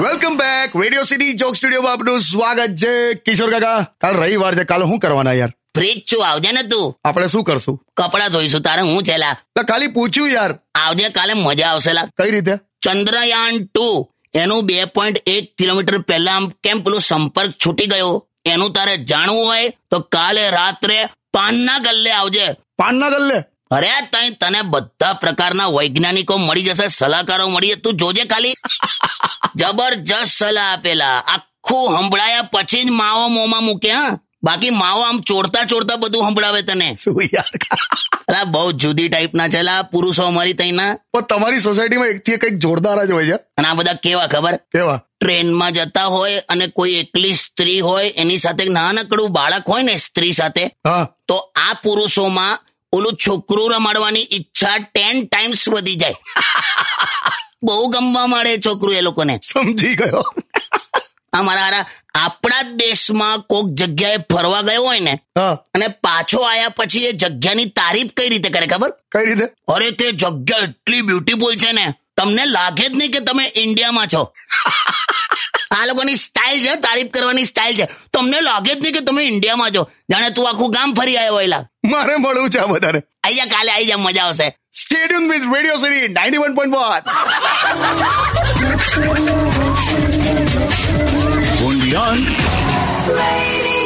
Welcome back Radio City joke સ્ટુડિયોમાં આપનું સ્વાગત છે કિશોર કાકા કાલ રવિવાર છે કાલ શું કરવાના યાર ફ્રીજ છું આવજે ને તું આપણે શું કરશું કપડા ધોઈશું તારે હું છેલા લા, ખાલી પૂછ્યું યાર આવજે કાલે મજા આવશે લા કઈ રીતે ચંદ્રયાન ટુ એનું બે પોઈન્ટ એક કિલોમીટર પહેલા આમ કેમ પેલું સંપર્ક છૂટી ગયો એનું તારે જાણવું હોય તો કાલે રાત્રે પાનના ગલ્લે આવજે પાનના ગલ્લે અરે તઈ તને બધા પ્રકારના વૈજ્ઞાનિકો મળી જશે સલાહકારો મળી જશે. તું જોજે ખાલી જબરજસ્ત સલાહ આપેલા આખું હંભળાયા પછી જ માવો મોંમાં મૂકે હા બાકી માવો આમ ચોરતા ચોરતા બધું હંભળાવે તને શું યાર અલા બહુ જુદી ટાઈપના છે અલા પુરુષો અમારી તઈના પણ તમારી સોસાયટીમાં એકથી એક કંઈક જોરદાર જ હોય છે અને આ બધા કેવા ખબર કેવા ટ્રેનમાં જતા હોય અને કોઈ એકલી સ્ત્રી હોય એની સાથે એક નાનકડું બાળક હોય ને સ્ત્રી સાથે હા તો આ પુરુષોમાં ઓલું છોકરું રમાડવાની ઈચ્છા ટેન ટાઈમ્સ વધી જાય બહુ ગમવા માંડે છોકરું એ લોકોને સમજી ગયો અમારા હારા આપણા જ દેશમાં કોક જગ્યાએ ફરવા ગયો હોય ને હા અને પાછો આયા પછી એ જગ્યાની તારીફ કઈ રીતે કરે ખબર કઈ રીતે અરે તે જગ્યા એટલી બ્યુટીફુલ છે ને તમને લાગે જ નહીં કે તમે ઇન્ડિયામાં છો આ લોકોની સ્ટાઇલ છે તારીફ કરવાની સ્ટાઇલ છે તમને લાગે જ નહીં કે તમે ઇન્ડિયામાં છો જાણે તું આખું ગામ ફરી આવ્યો હોયલા મારે મળવું છે આ બધાને આઈ જા કાલે આઈ જા મજા આવશે stadium with Radio City ninety one point Beyond. Radio